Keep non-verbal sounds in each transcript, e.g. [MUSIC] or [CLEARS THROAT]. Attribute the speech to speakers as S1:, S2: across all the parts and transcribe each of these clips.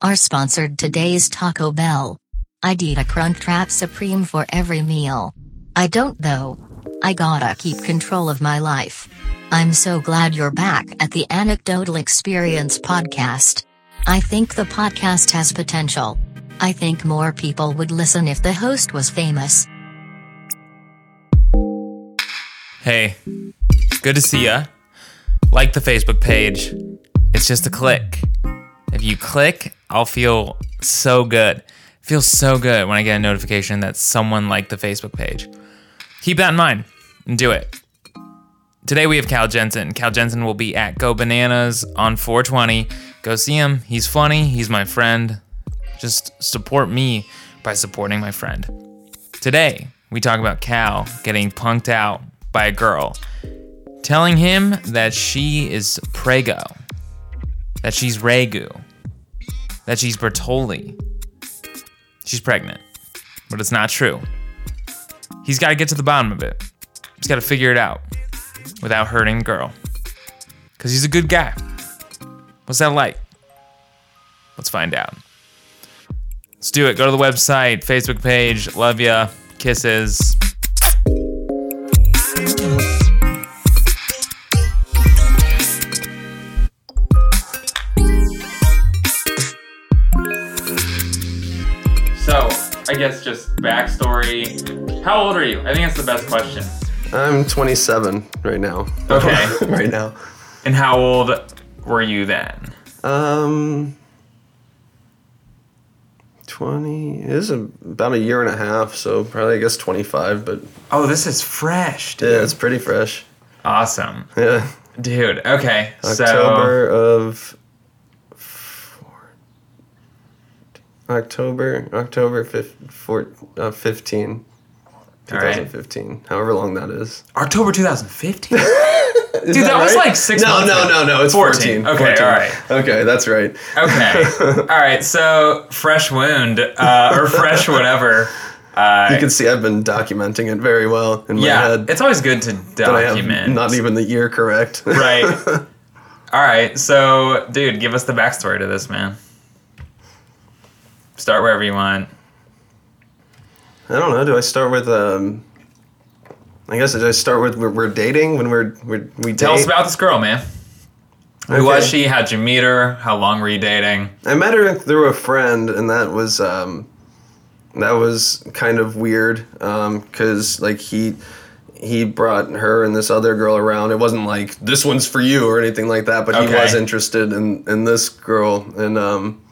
S1: Our sponsored today's Taco Bell. I'd eat a Crunchwrap Supreme for every meal. I don't though. I gotta keep control of my life. I'm so glad you're back at the Anecdotal Experience podcast. I think the podcast has potential. I think more people would listen if the host was famous.
S2: Hey, good to see ya. Like the Facebook page. It's just a click. If you click, I'll feel so good. It feels so good when I get a notification that someone liked the Facebook page. Keep that in mind and do it. Today we have Cal Jensen. Cal Jensen will be at Go Bananas on 420. Go see him. He's funny. He's my friend. Just support me by supporting my friend. Today we talk about Cal getting punked out by a girl, telling him that she is Prego, that she's Regu, that she's Bertoli. She's pregnant, but it's not true. He's got to get to the bottom of it. He's got to figure it out without hurting the girl. Because he's a good guy. What's that like? Let's find out. Let's do it. Go to the website, Facebook page. Love ya. Kisses. So, I guess just backstory. How old are you? I think that's the best question.
S3: I'm 27 right now. [LAUGHS]
S2: Okay.
S3: right now.
S2: [LAUGHS] And how old were you then?
S3: Um, 20 it is a, about a year and a half, so probably I guess 25, but
S2: Oh, this is fresh, dude.
S3: yeah, it's pretty fresh.
S2: Awesome.
S3: Yeah,
S2: Dude, okay.
S3: October of four- October, October fif- four, uh, 15,
S2: So, all right.
S3: 2015, however long that is.
S2: October 2015? Dude, that, was
S3: right?
S2: like six
S3: no,
S2: months
S3: No,
S2: ago.
S3: no, no, it's 14.
S2: Okay, all right.
S3: Okay, that's right. [LAUGHS]
S2: Okay. all right, so fresh wound, uh, or fresh whatever. Uh,
S3: You can see I've been documenting it very well in my
S2: Yeah,
S3: head.
S2: it's always good to
S3: but I have
S2: document.
S3: not even the year correct. [LAUGHS]
S2: right. All right, so dude, give us the backstory to this man. Start wherever you want.
S3: I don't know. Do I start with um? I guess did I start with we're, we're dating when we're, we're we date?
S2: Tell us about this girl, man. Who
S3: Okay.
S2: was she? How'd you meet her? How long were you dating?
S3: I met her through a friend, and that was um, that was kind of weird. Um, cause like he he brought her and this other girl around. It wasn't like this one's for you or anything like that, but he
S2: Okay.
S3: was interested in in this girl, and um,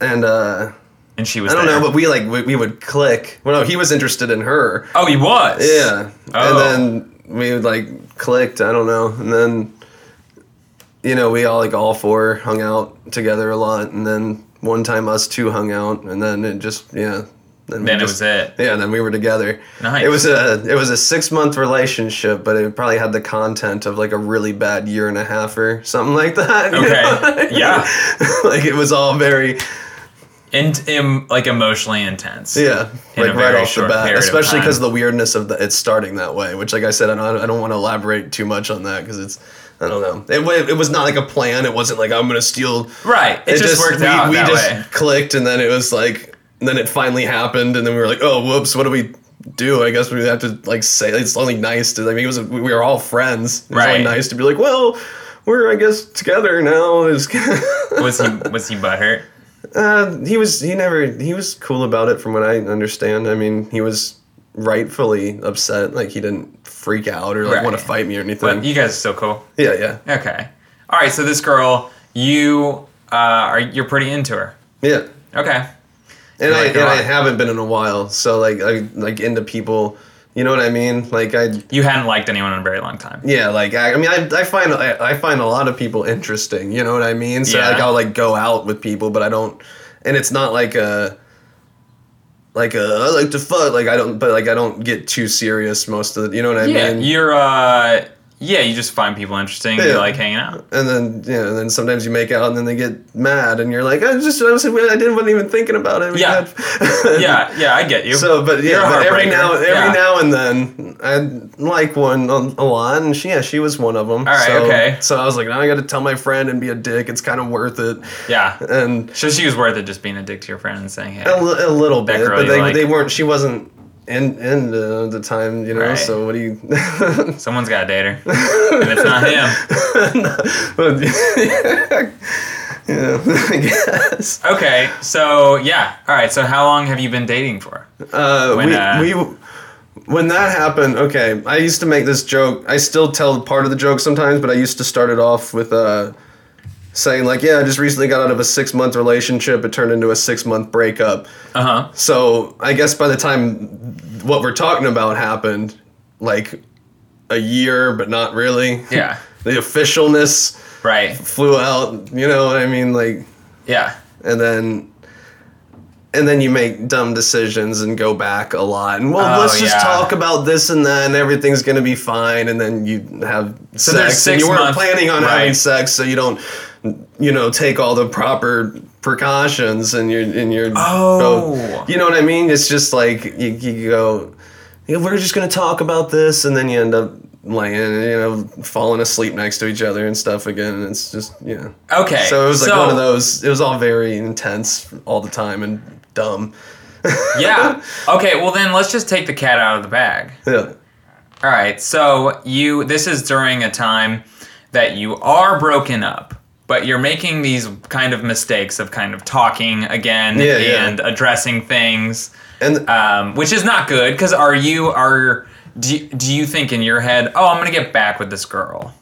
S3: and uh.
S2: And she was.
S3: I don't
S2: there.
S3: know, but we like we, we would click. Well, no, he was interested in her.
S2: oh, he was.
S3: Yeah,
S2: Oh.
S3: and then we would like clicked. I don't know, and then you know we all like all four hung out together a lot, and then one time us two hung out, and then it just yeah. we
S2: Then it
S3: just-
S2: was it.
S3: Yeah, and then we were together.
S2: Nice.
S3: It was a it was a six month relationship, but it probably had the content of like a really bad year and a half or something like that. you know? [LAUGHS]
S2: Okay. yeah.
S3: like it was all very
S2: And um, like emotionally intense.
S3: Yeah,
S2: In a
S3: like right
S2: very
S3: off the
S2: short
S3: bat,
S2: period of
S3: especially
S2: time.
S3: because the weirdness of the, it's starting that way. Which, like I said, I don't, I don't want to elaborate too much on that because it's, I don't know. It, wa- it was not like a plan. It wasn't like I'm gonna steal.
S2: Right. It, just, worked
S3: we,
S2: out
S3: We
S2: that
S3: just
S2: way.
S3: clicked, and then it was like, and then it finally happened, and then we were like, oh, whoops, what do we do? I guess we have to like say it's only nice to. I mean, it was we were all friends. It was
S2: Right.
S3: only nice to be like, well, we're I guess together now. [LAUGHS] Is
S2: Was he was he butthurt?
S3: [LAUGHS] Uh, he was he never he was cool about it from what I understand. I mean, he was rightfully upset. Like he didn't freak out or like
S2: Right.
S3: want to fight me or anything.
S2: But you guys are so cool.
S3: yeah, yeah,
S2: Okay. All right. So this girl, you uh, are you're pretty into her.
S3: yeah.
S2: Okay.
S3: And I
S2: Like,
S3: and I
S2: uh,
S3: haven't been in a while, so like I like into people. You know what I mean? Like I
S2: You hadn't liked anyone in a very long time.
S3: yeah like I, I mean I, I find I, I find a lot of people interesting. You know what I mean? So
S2: Yeah.
S3: like I'll like go out with people, but I don't. And it's not like a like a I like to fuck like I don't but like I don't get too serious most of the you know what I
S2: Yeah.
S3: mean?
S2: You're uh Yeah, you just find people interesting. and You
S3: Yeah.
S2: like hanging
S3: [LAUGHS]
S2: out.
S3: and then you know, and then sometimes you make out, and then they get mad, and you're like, I just, I was, I didn't, wasn't even thinking about it. We
S2: Yeah.
S3: had-
S2: Yeah, yeah, I get you.
S3: [LAUGHS] So, but
S2: You're
S3: yeah,
S2: a
S3: but
S2: heartbreaker.
S3: every now, every
S2: Yeah.
S3: now and then, I like one a, a lot, and she, yeah, she was one of them. All
S2: right,
S3: so,
S2: okay.
S3: So I was like, now I got to tell my friend and be a dick. It's kind of worth it.
S2: yeah.
S3: And
S2: So she was worth it just being a dick to your friend and saying, hey.
S3: a, li- a little
S2: That
S3: bit,
S2: girl
S3: but
S2: you
S3: they,
S2: like.
S3: they weren't. She wasn't in in the, the time, you know.
S2: Right.
S3: So what do you? [LAUGHS]
S2: Someone's got to date her. and it's not him.
S3: but- [LAUGHS] yeah, I guess.
S2: Okay, so yeah. All right, so how long have you been dating for?
S3: Uh,
S2: When,
S3: we,
S2: uh,
S3: we when that happened, okay, I used to make this joke. I still tell part of the joke sometimes, but I used to start it off with uh, saying like, "Yeah, I just recently got out of a six month relationship. It turned into a six month breakup."
S2: Uh huh.
S3: So I guess by the time what we're talking about happened, like a year, but not really.
S2: Yeah.
S3: [LAUGHS] the officialness
S2: Right.
S3: flew out. You know what I mean? Like,
S2: Yeah.
S3: and then and then you make dumb decisions and go back a lot and well
S2: Oh,
S3: let's just
S2: yeah.
S3: talk about this and that and everything's gonna be fine and then you have
S2: there's
S3: sex and
S2: six
S3: you weren't
S2: months-
S3: planning on having
S2: right.
S3: sex so you don't you know take all the proper precautions and you're and you're
S2: Oh.
S3: you know what i mean it's just like you, you go yeah, we're just gonna talk about this and then you end up laying you know falling asleep next to each other and stuff again and it's just yeah
S2: Okay.
S3: so it was like one of those. It was all very intense all the time and dumb. [LAUGHS]
S2: Yeah. Okay, well then let's just take the cat out of the bag.
S3: Yeah.
S2: All right. So you this is during a time that you are broken up, but you're making these kind of mistakes of kind of talking again
S3: Yeah, yeah.
S2: and addressing things,
S3: And
S2: um, which is not good because are you are do you, do you think in your head, "Oh, I'm going to get back with this girl."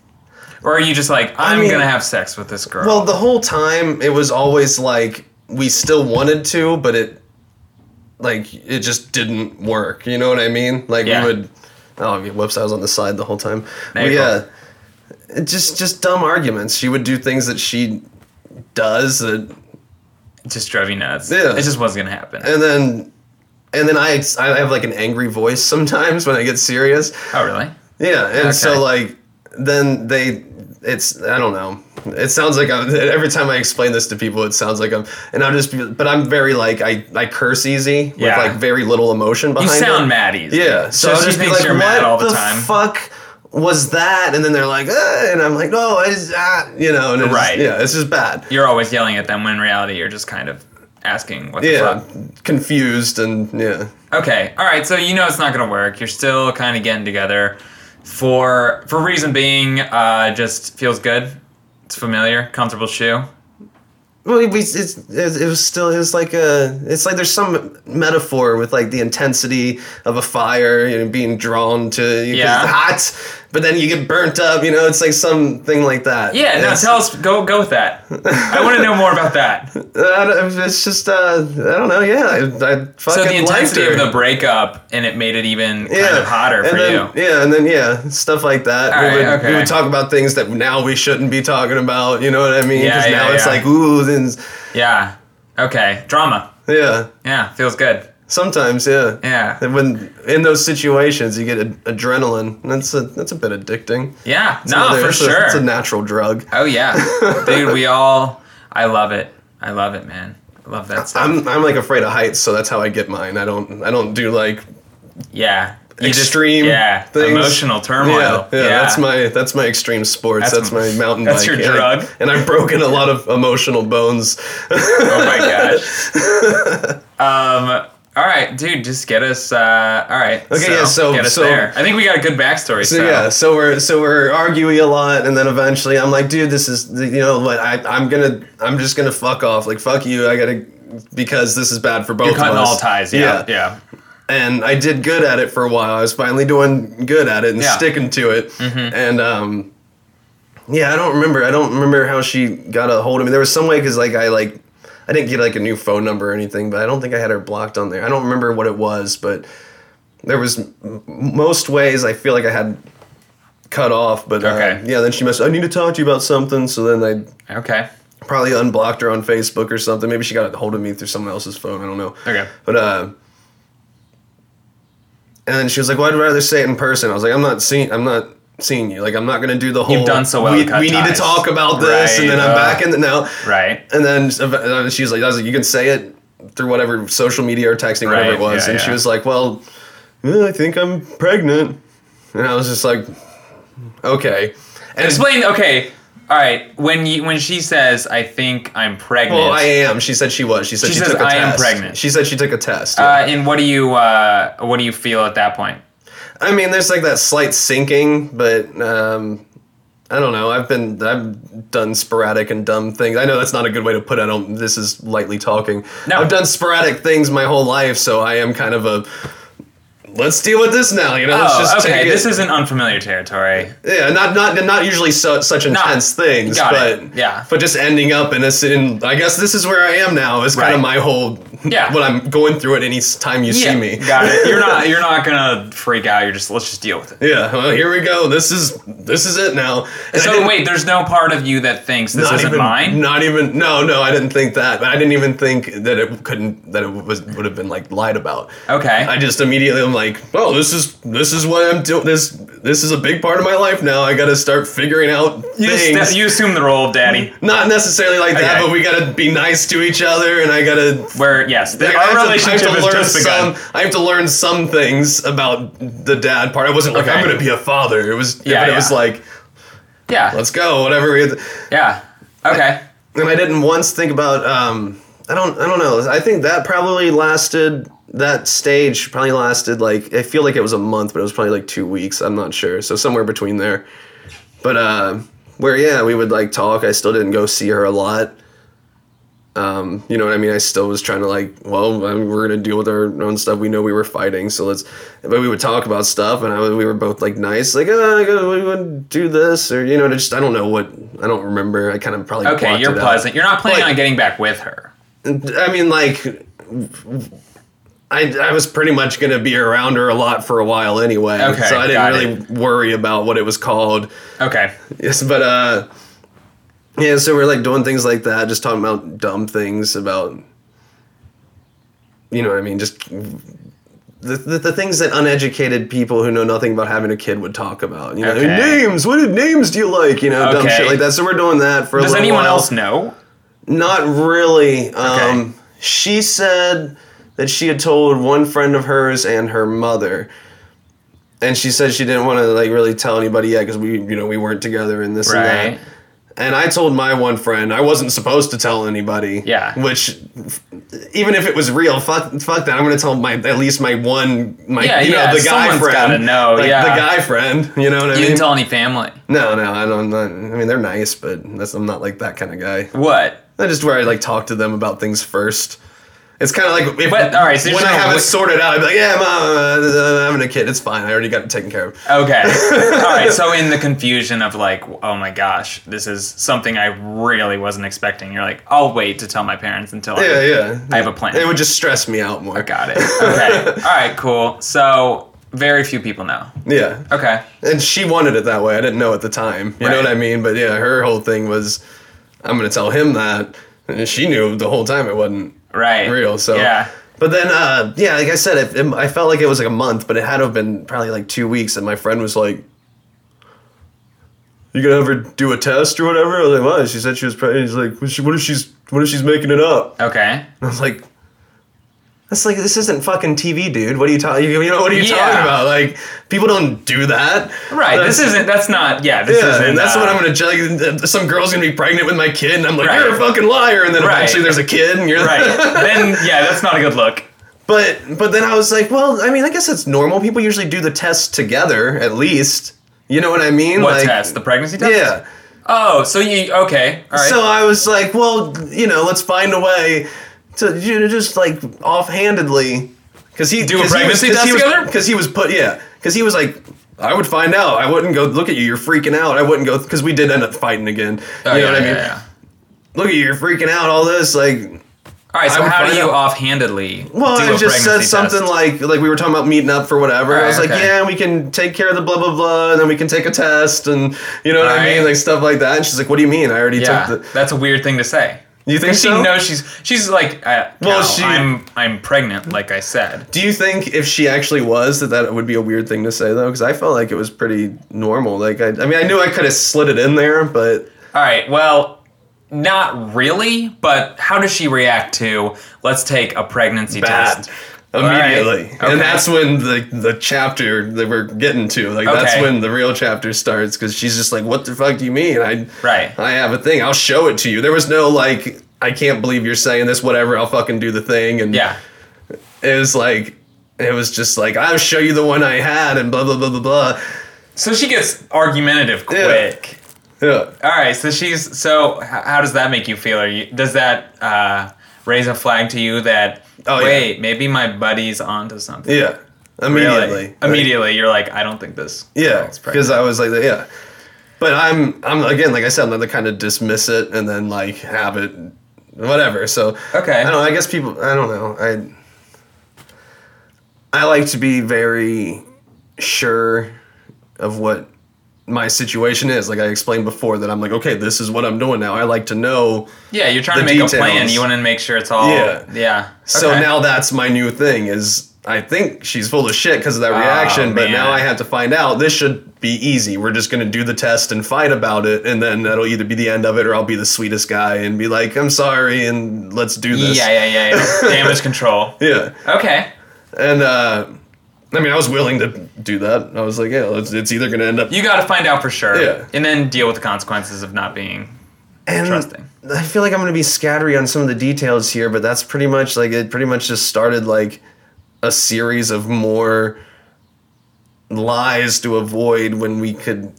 S2: Or are you just like, "I'm
S3: mean-
S2: going to have sex with this girl."
S3: well, the whole time it was always like we still wanted to, but it like it just didn't work. You know what I mean? Like
S2: Yeah.
S3: we would. Oh, whoops! I was on the side the whole time.
S2: No, you're
S3: yeah. It just just dumb arguments. She would do things that she does that
S2: it just drove you nuts.
S3: Yeah.
S2: It just wasn't going to happen.
S3: and then and then I I have like an angry voice sometimes when I get serious.
S2: oh, really?
S3: Yeah, and
S2: Okay.
S3: so like then they, it's I don't know. It sounds like I'm, [LAUGHS] every time I explain this to people, it sounds like I'm, and I'm just, but I'm very like I, I curse easy
S2: Yeah.
S3: with like very little emotion
S2: You
S3: behind
S2: sound
S3: it.
S2: mad easy.
S3: Yeah, so
S2: So,
S3: I'll
S2: she
S3: just be
S2: thinks
S3: like,
S2: you're
S3: what
S2: mad all the,
S3: the
S2: time.
S3: fuck was that? And then they're like, "Uh," and I'm like, no, it's ah, you know, and it's,
S2: Right.
S3: yeah, it's just bad.
S2: you're always yelling at them when in reality you're just kind of asking what the
S3: Yeah,
S2: fuck.
S3: confused and yeah,
S2: Okay, all right. So you know it's not gonna work. You're still kind of getting together for for reason being uh, just feels good. It's familiar, comfortable shoe.
S3: Well, we, it's, it's, it was still it was like a it's like there's some metaphor with like the intensity of a fire you know, being drawn to 'cause it's
S2: Yeah.
S3: hot, but then you get burnt up. You know, it's like something like that.
S2: Yeah. No,
S3: It's-
S2: tell us. Go go with that. I want to know more about
S3: [LAUGHS]
S2: that. So
S3: uh, I don't- it's just uh, I don't know. Yeah, I, I
S2: the
S3: fucking liked
S2: intensity
S3: her.
S2: of the breakup and it made it even kind of hotter
S3: and
S2: for
S3: then,
S2: you.
S3: Yeah, and then yeah, stuff like that.
S2: All
S3: we,
S2: right,
S3: would,
S2: okay.
S3: we would talk about things that now we shouldn't be talking about. You know what I mean?
S2: Yeah,
S3: Because
S2: yeah,
S3: now it's
S2: yeah.
S3: like ooh, then
S2: Yeah. Okay. Drama.
S3: yeah.
S2: Yeah. Feels good.
S3: Sometimes, yeah.
S2: Yeah.
S3: And when in those situations, you get ad- adrenaline. That's a that's a bit addicting.
S2: Yeah.
S3: It's
S2: no,
S3: another-
S2: for
S3: it's a-
S2: sure.
S3: it's a natural drug.
S2: Oh
S3: [LAUGHS]
S2: yeah, dude. We all. I love it. I love it, man. I love that stuff.
S3: I'm I'm like afraid of heights, so that's how I get mine. I don't I don't do like
S2: yeah. You just-
S3: extreme
S2: yeah.
S3: things.
S2: Emotional turmoil.
S3: yeah, yeah, That's my that's my extreme sports.
S2: That's
S3: That's,
S2: m-
S3: my mountain
S2: that's
S3: bike.
S2: your
S3: and I-
S2: drug?
S3: And I've broken a lot of emotional bones.
S2: Oh
S3: [LAUGHS]
S2: my gosh. um. All right, dude. Just get us. Uh, all right.
S3: Okay, yeah, so-
S2: get us
S3: so-
S2: there. I think we got a good backstory. So,
S3: So yeah, so we're so we're arguing a lot, and then eventually I'm like, dude, this is you know what I I'm gonna I'm just gonna fuck off, like fuck you, I gotta because this is bad for both
S2: You're cutting
S3: of us.
S2: all ties. Yeah. Yeah.
S3: And I did good at it for a while. I was finally doing good at it and
S2: Yeah. Mm-hmm.
S3: sticking to it. And um, yeah, I don't remember. I don't remember how she got a hold of me. There was some way because like I like I didn't get like a new phone number or anything, but I don't think I had her blocked on there. I don't remember what it was, but there was m- most ways I feel like I had cut off. But uh,
S2: Okay.
S3: yeah, then she must. I need to talk to you about something. So then
S2: Okay.
S3: I probably unblocked her on Facebook or something. Maybe she got a hold of me through someone else's phone. I don't know.
S2: Okay.
S3: But uh, and then she was like, "Well, I'd rather say it in person." I was like, "I'm not seeing. I'm not seeing you. Like I'm not gonna do the whole.
S2: done so well
S3: We,
S2: to cut
S3: we need to
S2: ties."
S3: talk about this, and
S2: Right,
S3: then I'm
S2: uh,
S3: back in the now.
S2: Right.
S3: And then uh, she was like, I was like, "You can say it through whatever social media or texting, whatever
S2: Right,
S3: it was."
S2: yeah,
S3: and she
S2: yeah.
S3: was like, "Well, eh, I think I'm pregnant," and I was just like, "Okay." And
S2: Explain. Okay. All right. When you when she says, "I think I'm pregnant,"
S3: well, I am. She said she was. She said
S2: She
S3: she,
S2: says,
S3: took a
S2: "I am
S3: test.
S2: pregnant."
S3: She said she took a test. yeah.
S2: uh, and what do you uh, what do you feel at that point?
S3: I mean, there's like that slight sinking, but um, I don't know. I've been I've done sporadic and dumb things. I know that's not a good way to put. it. I don't. This is lightly talking.
S2: No.
S3: I've done sporadic things my whole life, so I am kind of a. Let's deal with this now. You know, let's
S2: Oh,
S3: just
S2: okay.
S3: take it.
S2: This isn't unfamiliar territory.
S3: yeah, not not not usually so, such intense things,
S2: Got
S3: but
S2: it. Yeah.
S3: but just ending up in a. s- In, I guess this is where I am now. Is kind
S2: Right.
S3: of my whole
S2: Yeah.
S3: what I'm going through at any s- time you see me.
S2: Got it. You're
S3: [LAUGHS]
S2: not you're not gonna freak out. You're just let's just deal with it.
S3: Yeah, well, here we go. This is this is it now. And I
S2: So
S3: [LAUGHS] didn't-
S2: wait, there's no part of you that thinks this isn't
S3: even,
S2: mine.
S3: Not even. No, no, I didn't think that. But I didn't even think that it couldn't. That it was would have been like lied about.
S2: Okay.
S3: I just immediately I'm like, oh, this is this is what I'm doing. This this is a big part of my life now. I got to start figuring out
S2: you, just-
S3: things.
S2: you assume the role of daddy.
S3: not necessarily like that,
S2: Okay.
S3: but we got to be nice to each other, and I got to
S2: Where yes, the,
S3: like, I have
S2: our
S3: to- I have
S2: relationship
S3: to
S2: is
S3: learn
S2: just begun.
S3: Some, I have to learn some things about the dad part. I wasn't like
S2: Okay.
S3: I'm going to be a father. It was,
S2: Yeah,
S3: but
S2: yeah.
S3: it was like
S2: yeah.
S3: let's go, whatever. we-
S2: yeah. Okay.
S3: And I didn't once think about. Um, I don't. I don't know. I think that probably lasted. That stage probably lasted like I feel like it was a month, but it was probably like two weeks. I'm not sure. So somewhere between there. But uh, where yeah, we would like talk. I still didn't go see her a lot. Um, you know what I mean? I still was trying to like, well, I mean, we're gonna deal with our own stuff. We know we were fighting, so let's. But we would talk about stuff, and I, we were both like nice, like, oh, I gotta, we would do this, or you know, just I don't know what I don't remember. I kind of probably
S2: Okay.
S3: blocked
S2: You're
S3: it out.
S2: pleasant. You're not planning
S3: Like-
S2: on getting back with her.
S3: I mean, like, I, I was pretty much going to be around her a lot for a while anyway.
S2: Okay,
S3: so I
S2: got
S3: didn't really worry about what it was called.
S2: Okay.
S3: Yes, but, uh, yeah, so we're like doing things like that, just talking about dumb things about, you know what I mean? Just the, the, the things that uneducated people who know nothing about having a kid would talk about. You know,
S2: Okay.
S3: names, what names do you like? You know, dumb
S2: Okay.
S3: shit like that. So we're doing that for a
S2: Does
S3: little
S2: anyone
S3: while.
S2: else know?
S3: Not really. Um, She said that she had told one friend of hers and her mother, and she said she didn't want to like really tell anybody yet because we, you know, we weren't together and this and
S2: Right.
S3: that. And I told my one friend I wasn't supposed to tell anybody.
S2: Yeah.
S3: Which, even if it was real, fuck, fuck that. I'm gonna tell my at least my one my
S2: Yeah,
S3: you know
S2: yeah,
S3: the guy
S2: someone's
S3: friend.
S2: gotta know,
S3: Like,
S2: yeah.
S3: The guy friend. You know what I
S2: You
S3: mean?
S2: didn't tell any family.
S3: no, no, I don't. I mean, they're nice, but that's, I'm not like that kind of guy.
S2: What?
S3: That's just where I like talk to them about things first. It's kind of like if,
S2: But, all right, so you're
S3: when I
S2: saying
S3: have it
S2: what-
S3: sorted out, I'm like, yeah, mom, uh, uh, I'm having a kid. It's fine. I already got it taken care of. [LAUGHS]
S2: Okay. All right. So in the confusion of like, oh my gosh, this is something I really wasn't expecting. You're like, I'll wait to tell my parents until
S3: Yeah,
S2: I,
S3: yeah.
S2: I have a plan. Oh,
S3: It would just stress me out more.
S2: Got it. Okay.
S3: [LAUGHS]
S2: All right. Cool. So very few people know.
S3: Yeah.
S2: Okay.
S3: And she wanted it that way. I didn't know at the time. You know
S2: Right.
S3: what I mean? But yeah, her whole thing was, I'm gonna tell him that, and she knew the whole time it wasn't
S2: Right.
S3: real. So
S2: yeah.
S3: But then, uh, yeah, like I said, it, it, I felt like it was like a month, but it had to have been probably like two weeks. And my friend was like, "You gonna ever do a test or whatever?" I was like, "Why?" She said she was pregnant. He's like, "What if she- what if she's what if she's making it up?"
S2: Okay.
S3: And I was like, "That's like this isn't fucking TV, dude. What are you talking? You know what are you
S2: Yeah.
S3: talking about? Like people don't do that,
S2: Right.
S3: That's-
S2: This isn't. That's not. Yeah. This
S3: yeah,
S2: isn't.
S3: and that's
S2: uh,
S3: what I'm gonna judge. Some girl's gonna be pregnant with my kid, and I'm like,
S2: Right.
S3: "You're a fucking liar." And then
S2: Right.
S3: eventually there's a kid, and
S2: [LAUGHS]
S3: you're [LAUGHS]
S2: Right. Then yeah, that's not a good look.
S3: But but then I was like, well, I mean, I guess it's normal. People usually do the test together, at least. You know what I mean?
S2: What
S3: like,
S2: test? The pregnancy test.
S3: Yeah.
S2: Oh, so you okay? All right.
S3: So I was like, well, you know, let's find a way to you know, just like offhandedly, because
S2: Do
S3: he
S2: a
S3: 'cause he was-
S2: pregnancy
S3: 'cause
S2: test
S3: he was,
S2: together?
S3: Because he was put, yeah, because he was like. I would find out. I wouldn't go look at you. You're freaking out. I wouldn't go because we did end up fighting again.
S2: Oh,
S3: you know
S2: yeah,
S3: what I
S2: yeah,
S3: mean?
S2: yeah.
S3: Look at you. You're freaking out. All this like
S2: All right. So
S3: would
S2: how do
S3: find
S2: you
S3: out.
S2: offhandedly?
S3: Well,
S2: do
S3: I
S2: a
S3: just said
S2: pregnancy
S3: something
S2: test?
S3: like like we were talking about meeting up for whatever. I
S2: Alright,
S3: was like,
S2: okay.
S3: yeah, we can take care of the blah blah blah, and then we can take a test, and you know what I
S2: Alright.
S3: mean, like stuff like that. And she's like, what do you mean? I already
S2: Yeah,
S3: took the.
S2: that's a weird thing to say.
S3: You think
S2: she
S3: so?
S2: knows she's she's like uh,
S3: Well,
S2: well
S3: she-
S2: I'm I'm pregnant like I said
S3: Do you think if she actually was that that would be a weird thing to say though? Because I felt like it was pretty normal. Like I, I mean, I knew I could have slid it in there, but
S2: all right well not really but how does she react to let's take a pregnancy
S3: bad
S2: test
S3: immediately,
S2: Alright, okay.
S3: and that's when the the chapter that we're getting to, like that's
S2: Okay.
S3: when the real chapter starts. Because she's just like, "What the fuck do you mean? I
S2: Right.
S3: I have a thing. I'll show it to you." There was no like, "I can't believe you're saying this." Whatever, I'll fucking do the thing. And
S2: yeah
S3: it was like, it was just like, "I'll show you the one I had," and blah blah blah blah blah.
S2: so she gets argumentative quick
S3: Yeah.
S2: all right so she's so h- how does that make you feel are you does that uh, raise a flag to you that
S3: Oh, yeah.
S2: wait maybe my buddy's onto something
S3: Yeah.
S2: Really?
S3: Immediately. Like,
S2: immediately you're like I don't think this
S3: yeah.
S2: girl's pregnant.
S3: Because I was like, yeah. But I'm, I'm again, like I said, I'm gonna kind of dismiss it and then like have it, whatever. So
S2: Okay.
S3: I don't. know, I guess people. I don't know. I. I like to be very sure of what my situation is. Like I explained before, that I'm like, okay, this is what I'm doing now. I like to know
S2: yeah you're trying
S3: the
S2: to make a plan
S3: details.
S2: you want to make sure it's all
S3: Yeah.
S2: yeah
S3: So
S2: Okay.
S3: now that's my new thing is I think she's full of shit because of that reaction, but
S2: Ah, man.
S3: now I have to find out. This should be easy. We're just going to do the test and fight about it, and then that'll either be the end of it or I'll be the sweetest guy and be like, I'm sorry, and let's do this.
S2: yeah yeah yeah,
S3: [LAUGHS]
S2: yeah. damage control
S3: Yeah.
S2: okay
S3: And, uh, I mean, I was willing to do that. I was like, yeah, it's, it's either going to end up.
S2: You got to find out for sure.
S3: Yeah.
S2: And then deal with the consequences of not being.
S3: And
S2: Interesting.
S3: I feel like I'm going to be scattery on some of the details here, but that's pretty much like it pretty much just started like a series of more lies to avoid when we could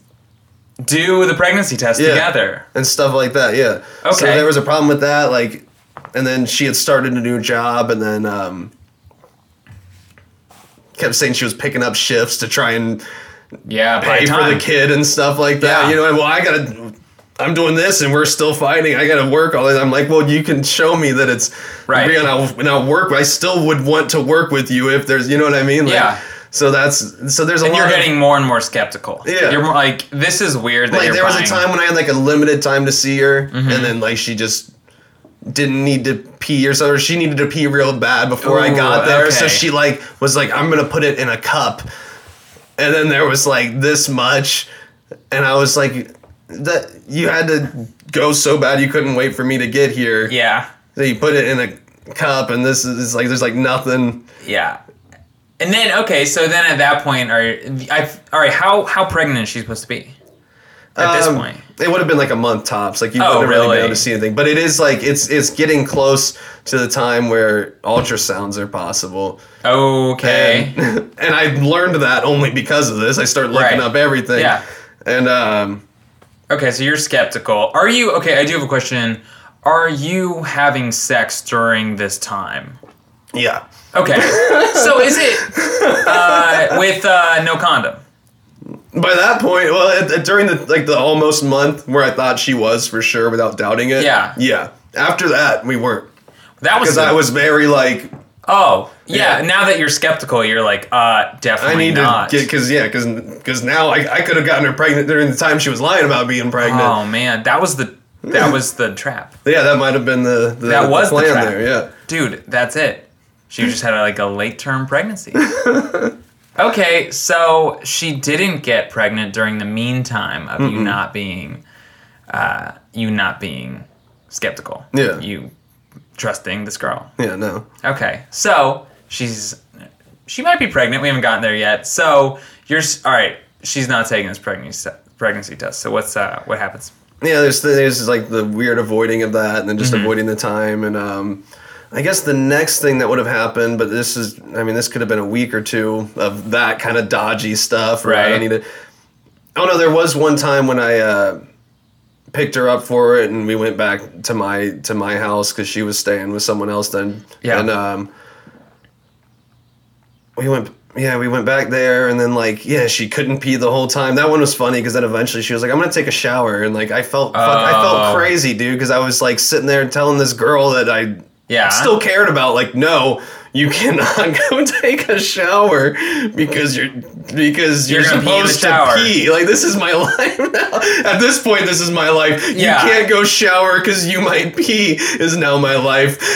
S2: Do the pregnancy test
S3: Yeah.
S2: together.
S3: and stuff like that. Yeah. So
S2: Okay.
S3: there was a problem with that. Like, and then she had started a new job and then, um, kept saying she was picking up shifts to try and
S2: Yeah, by
S3: pay for
S2: time.
S3: the kid and stuff like that.
S2: Yeah.
S3: You know, well, I gotta, I'm doing this and we're still fighting. I gotta work all this. I'm like, well, you can show me that it's
S2: Right.
S3: real And I'll, and I'll work. I still would want to work with you if there's, you know what I mean? Like,
S2: Yeah.
S3: So that's so there's a
S2: And
S3: lot.
S2: you're
S3: of-
S2: getting more and more skeptical.
S3: Yeah.
S2: You're more like, this is weird that
S3: like
S2: you're
S3: there was a
S2: buying- Mm-hmm.
S3: time when I had like a limited time to see her, and then like she just didn't need to pee or something. or She needed to pee real bad before I
S2: Ooh,
S3: got there, so
S2: okay.
S3: she like was like, "I'm gonna put it in a cup," and then there was like this much, and I was like, "That you had to go so bad you couldn't wait for me to get here."
S2: Yeah.
S3: that you put it in a cup, and this is it's like there's like nothing.
S2: Yeah. And then, okay, so then at that point, are I? All right, how how pregnant is she supposed to be at this
S3: Um,
S2: point?
S3: It would have been like a month tops. Like you
S2: Oh,
S3: wouldn't really been
S2: really?
S3: able to see anything. But it is like it's it's getting close to the time where ultrasounds are possible.
S2: Okay.
S3: And, [LAUGHS] and I learned that only because of this. I started looking
S2: Right.
S3: up everything.
S2: Yeah.
S3: And um
S2: Okay, so you're skeptical. Are you okay? I do have a question. Are you having sex during this time?
S3: yeah. [LAUGHS]
S2: Okay. so is it uh, with uh, no condom?
S3: By that point, well, at, at- during the like the almost month where I thought she was for sure without doubting it.
S2: Yeah.
S3: Yeah. After that, we weren't
S2: That was
S3: because I was very like
S2: Oh yeah.
S3: Yeah.
S2: Now that you're skeptical, you're like, uh,
S3: I
S2: definitely
S3: need
S2: not.
S3: to get because yeah because now I, I could have gotten her pregnant during the time she was lying about being pregnant.
S2: oh man, that was the that was the trap,
S3: Yeah, that might have been the, the
S2: That
S3: the
S2: was the
S3: plan
S2: trap.
S3: there. Yeah,
S2: dude. That's it. She just had like a late term pregnancy. [LAUGHS] okay, so she didn't get pregnant during the meantime of you not being, uh, you not being skeptical.
S3: Yeah.
S2: You trusting this girl.
S3: yeah, no,
S2: Okay, so she's she might be pregnant. We haven't gotten there yet. So you're s- all right. She's not taking this pregnancy pregnancy test. So what's uh what happens?
S3: yeah. There's there's like the weird avoiding of that, and then just
S2: Mm-hmm.
S3: avoiding the time, and um, I guess the next thing that would have happened, but this is, I mean, this could have been a week or two of that kind of dodgy stuff. where I don't
S2: Right.
S3: need to. Oh no, there was one time when I uh, picked her up for it, and we went back to my to my house because she was staying with someone else then.
S2: Yeah.
S3: And um, we went yeah we went back there and then like yeah she couldn't pee the whole time that one was funny because then eventually she was like i'm gonna take a shower and like i felt fuck, i felt
S2: Oh.
S3: crazy dude because i was like sitting there telling this girl that i
S2: Yeah.
S3: still cared about like no you cannot [LAUGHS] go take a shower because you're because you're,
S2: You're gonna pee in the
S3: supposed to
S2: shower.
S3: pee. Like this is my [LAUGHS] life now. At this point, this is my life.
S2: Yeah.
S3: You can't go shower because you might pee is now my life. [LAUGHS]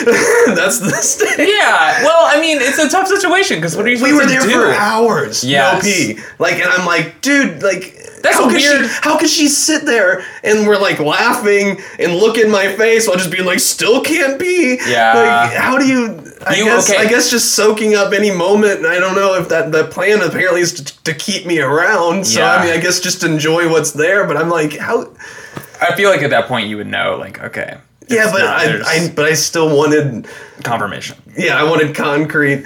S3: That's the state.
S2: Yeah. Well, I mean, it's a tough situation because what are you
S3: We
S2: supposed
S3: were there
S2: to do?
S3: for hours.
S2: Yes.
S3: No pee. Like, and I'm like, dude, like.
S2: That's
S3: how Could
S2: weird.
S3: she, how could she sit there and we're like laughing and look in my face while just being like, still can't pee?
S2: Yeah.
S3: Like, how do you? I
S2: You-
S3: guess
S2: okay.
S3: I guess just soaking up any moment. And I don't know if that the plan apparently is to, to keep me around. So
S2: Yeah.
S3: I mean, I guess just enjoy what's there. But I'm like, how?
S2: I feel like at that point you would know, like, okay.
S3: Yeah, but
S2: not-
S3: I,
S2: there's-
S3: I but I still wanted.
S2: Confirmation.
S3: Yeah, I wanted concrete.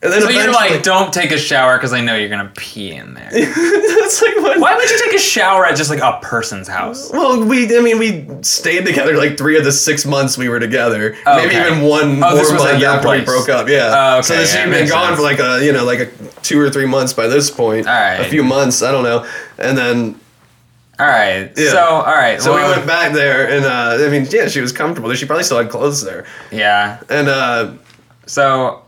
S3: And then
S2: So you're
S3: eventually- [LAUGHS]
S2: like, don't take a shower because I know you're gonna pee in there.
S3: that's like what?
S2: Why would you take a shower at just like a person's house?
S3: Well, we I mean we stayed together like three of the six months we were together.
S2: Oh,
S3: Maybe
S2: okay.
S3: even one
S2: Oh,
S3: more
S2: this was at
S3: month
S2: your
S3: after we
S2: place.
S3: broke up. Yeah.
S2: Oh, okay,
S3: So this
S2: yeah,
S3: had
S2: makes
S3: been gone
S2: sense.
S3: for like a you know like a two or three months by this point.
S2: All right.
S3: A few months, I don't know. And then
S2: All right.
S3: Yeah.
S2: So all right.
S3: so
S2: well,
S3: we went back there, and uh, I mean yeah, she was comfortable. She probably still had clothes there,
S2: Yeah.
S3: and uh, [LAUGHS]
S2: So.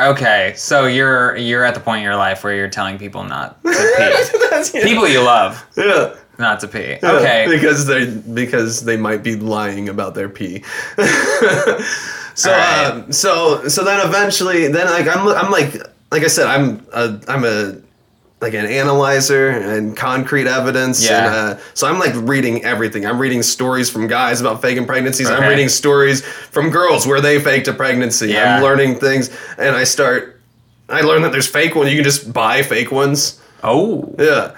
S2: Okay, so you're you're at the point in your life where you're telling people not to
S3: that's [LAUGHS]
S2: pee. people you love
S3: Yeah.
S2: not to pee.
S3: [LAUGHS] Yeah,
S2: Okay.
S3: Because they because they might be lying about their pee. [LAUGHS] so
S2: Alright.
S3: um, so so then eventually then like I'm I'm like like I said I'm a I'm a like an analyzer and concrete evidence
S2: Yeah.
S3: and uh, so I'm like reading everything. I'm reading stories from guys about faking pregnancies. I'm
S2: Okay.
S3: reading stories from girls where they faked a pregnancy.
S2: Yeah.
S3: I'm learning things and I start I learned that there's fake ones. You can just buy fake ones.
S2: Oh.
S3: Yeah,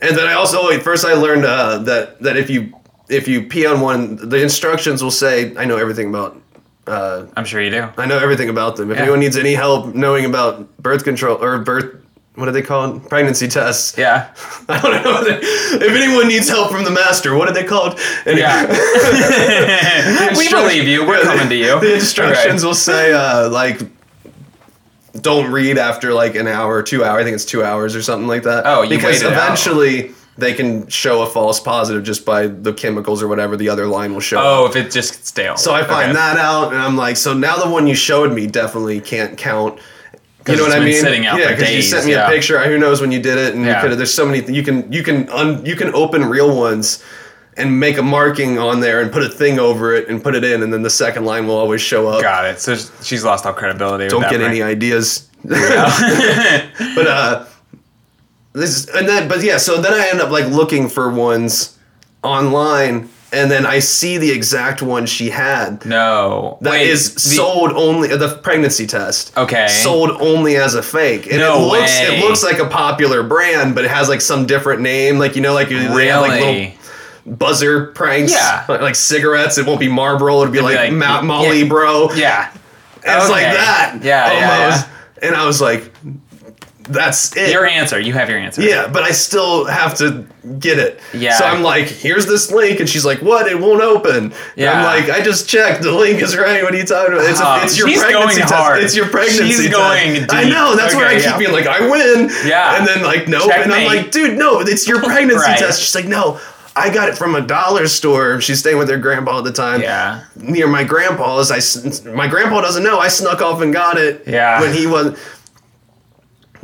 S3: and then I also oh, wait, first I learned uh, that that if you if you pee on one, the instructions will say I know everything about. Uh,
S2: I'm sure you do.
S3: I know everything about them. If
S2: Yeah.
S3: anyone needs any help knowing about birth control or birth, what are they called? Pregnancy tests. [LAUGHS]
S2: Yeah.
S3: I don't know. what they- If anyone needs help from the master, what are they called? And
S2: Yeah. [LAUGHS] we
S3: instruct-
S2: believe you. We're coming to you.
S3: [LAUGHS] The instructions will say uh, like, don't read after like an hour, two hour. I think it's two hours or something like that.
S2: Oh, you
S3: because
S2: waited out.
S3: eventually they can show a false positive just by the chemicals or whatever the other line will show.
S2: Oh, if it just gets stale.
S3: So I find
S2: Okay.
S3: that out, and I'm like, so now the one you showed me definitely can't count. You
S2: 'Cause
S3: know what
S2: it's
S3: I
S2: been
S3: mean?
S2: sitting out
S3: yeah,
S2: for
S3: you
S2: days,
S3: sent me
S2: yeah.
S3: a picture. Who knows when you did it? And
S2: Yeah.
S3: you could there's so many th- you can you can un, you can open real ones and make a marking on there and put a thing over it and put it in, and then the second line will always show up.
S2: Got it. So she's lost all credibility.
S3: Don't
S2: with that
S3: get any
S2: prank.
S3: ideas. [LAUGHS] but uh, this is, and then but yeah, so then I end up like looking for ones online, and then I see the exact one she had.
S2: No.
S3: That
S2: Wait,
S3: is
S2: the-
S3: sold only the pregnancy test.
S2: Okay.
S3: Sold only as a fake. And
S2: No
S3: it looks
S2: way.
S3: it looks like a popular brand, but it has like some different name. Like you know, like they have like little
S2: Really?
S3: buzzer pranks.
S2: Yeah.
S3: Like, like cigarettes. It won't be Marlboro, it'd be like,
S2: like,
S3: Ma-
S2: yeah.
S3: Molly Bro.
S2: yeah.
S3: And it's like
S2: Okay.
S3: that.
S2: Yeah, yeah,
S3: Almost. And I was like, that's it.
S2: Your answer. You have your answer.
S3: Yeah, but I still have to get it.
S2: Yeah.
S3: So I'm like, here's this link, and she's like, what? It won't open. Yeah.
S2: Yeah.
S3: I'm like, I just checked. The link is right. What are you talking about? It's, a-
S2: Oh,
S3: it's your
S2: she's
S3: pregnancy
S2: going
S3: test.
S2: hard.
S3: It's your pregnancy
S2: She's
S3: test.
S2: going deep.
S3: I know. That's where I
S2: Okay,
S3: keep
S2: yeah.
S3: being like, I win.
S2: Yeah.
S3: And then like, no. And I'm
S2: Checkmate.
S3: like, dude, no. It's
S2: [LAUGHS]
S3: your pregnancy
S2: Right.
S3: test. She's like, no. I got it from a dollar store. She's staying with her grandpa at the time
S2: Yeah.
S3: near my grandpa's. I sn- my grandpa doesn't know. I snuck off and got it.
S2: Yeah.
S3: When he was,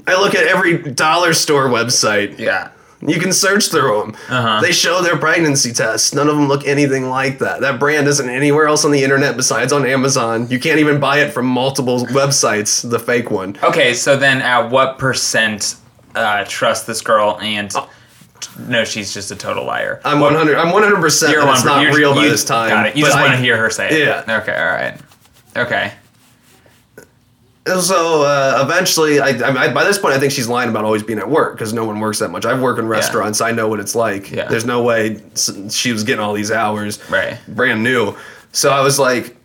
S3: I look at every dollar store website.
S2: Yeah.
S3: You can search through them.
S2: Uh-huh.
S3: They show their pregnancy tests. None of them look anything like that. That brand isn't anywhere else on the internet besides on Amazon. You can't even buy it from multiple websites. The fake one.
S2: Okay. So then, at what percent uh, trust this girl and no, she's just a total liar.
S3: Uh, I'm 100. I'm 100 percent.
S2: You're one-
S3: It's not
S2: you're-
S3: real by
S2: you-
S3: this time.
S2: Got it. You
S3: but
S2: just
S3: I-
S2: want to hear her say it.
S3: Yeah.
S2: Okay. All right. Okay.
S3: And so uh, eventually, I, I, I by this point, I think she's lying about always being at work because no one works that much. I've worked in restaurants, I know what it's like.
S2: Yeah.
S3: There's no way s- she was getting all these hours,
S2: Right.
S3: Brand new. So I was like,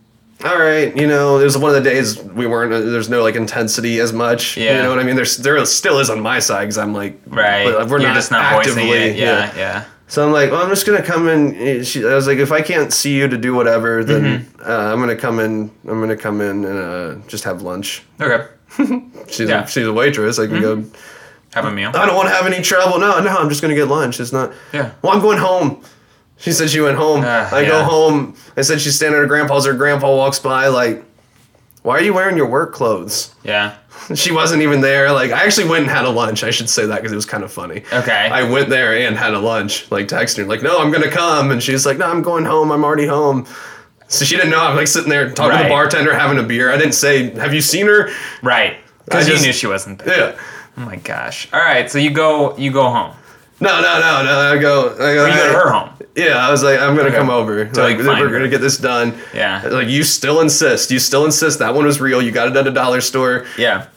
S3: all right, you know, there's one of the days we weren't. uh, There's no like intensity as much.
S2: Yeah.
S3: You know what I mean? There's there still is on my side because I'm like,
S2: Right.
S3: but we're
S2: You're
S3: not
S2: just not
S3: actively.
S2: voicing it. Yeah. Yeah.
S3: So I'm like, well, I'm just gonna come in. eh, She, I was like, if I can't see you to do whatever, then
S2: Mm-hmm.
S3: uh, I'm gonna come in. I'm gonna come in and uh, just have lunch.
S2: Okay.
S3: She's,
S2: Yeah. Mm-hmm.
S3: a, she's a waitress. I can go.
S2: Have a meal.
S3: I don't want to have any trouble. No, no, I'm just gonna get lunch. It's not.
S2: Yeah.
S3: Well, I'm going home. She said she went home.
S2: Ah,
S3: I
S2: yeah.
S3: go home. I said she's standing at her grandpa's. Her grandpa walks by like, Why are you wearing your work clothes? [LAUGHS]
S2: Yeah.
S3: She wasn't even there. Like I actually went and had a lunch. I should say that because it was kind of funny.
S2: Okay.
S3: I went there and had a lunch. Like texting her, like, no, I'm gonna come, and she's like, no, I'm going home. I'm already home. So she didn't know. I'm like sitting there talking to
S2: Right.
S3: the bartender, having a beer. I didn't say, have you seen her?
S2: Right. Because
S3: I
S2: you
S3: just-
S2: knew she wasn't there.
S3: Yeah.
S2: Oh my gosh. All right. So you go. You go home.
S3: No, no, no, no. I go. I go.
S2: Or you go to her home.
S3: Yeah, I was like, I'm gonna
S2: Okay.
S3: come over. like,
S2: like, find
S3: we're
S2: her.
S3: gonna get this done.
S2: Yeah.
S3: Like, you still insist. You still insist that one was real. You got it at a dollar store.
S2: Yeah.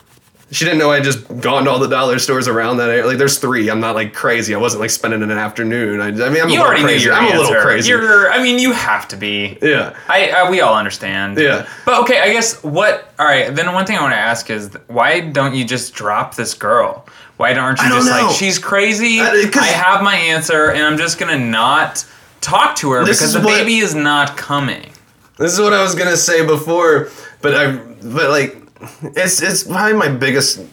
S3: She didn't know I had just gone to all the dollar stores around that area. Like, there's three. I'm not like crazy. I wasn't like spending an afternoon. I, I mean, I'm a
S2: You
S3: little
S2: already knew
S3: crazy.
S2: your
S3: I'm
S2: answer.
S3: a little crazy.
S2: You're. I mean, you have to be.
S3: yeah.
S2: I, I we all understand.
S3: Yeah.
S2: But okay, I guess what? All right. Then one thing I want to ask is why don't you just drop this girl? Why aren't you
S3: I don't
S2: just
S3: know.
S2: like she's crazy?
S3: I-
S2: I,
S3: 'cause-
S2: have my answer, and I'm just gonna not talk to her
S3: This
S2: because
S3: is
S2: the
S3: what-
S2: baby is not coming.
S3: This is what I was gonna say before, but I, but like, it's it's probably my biggest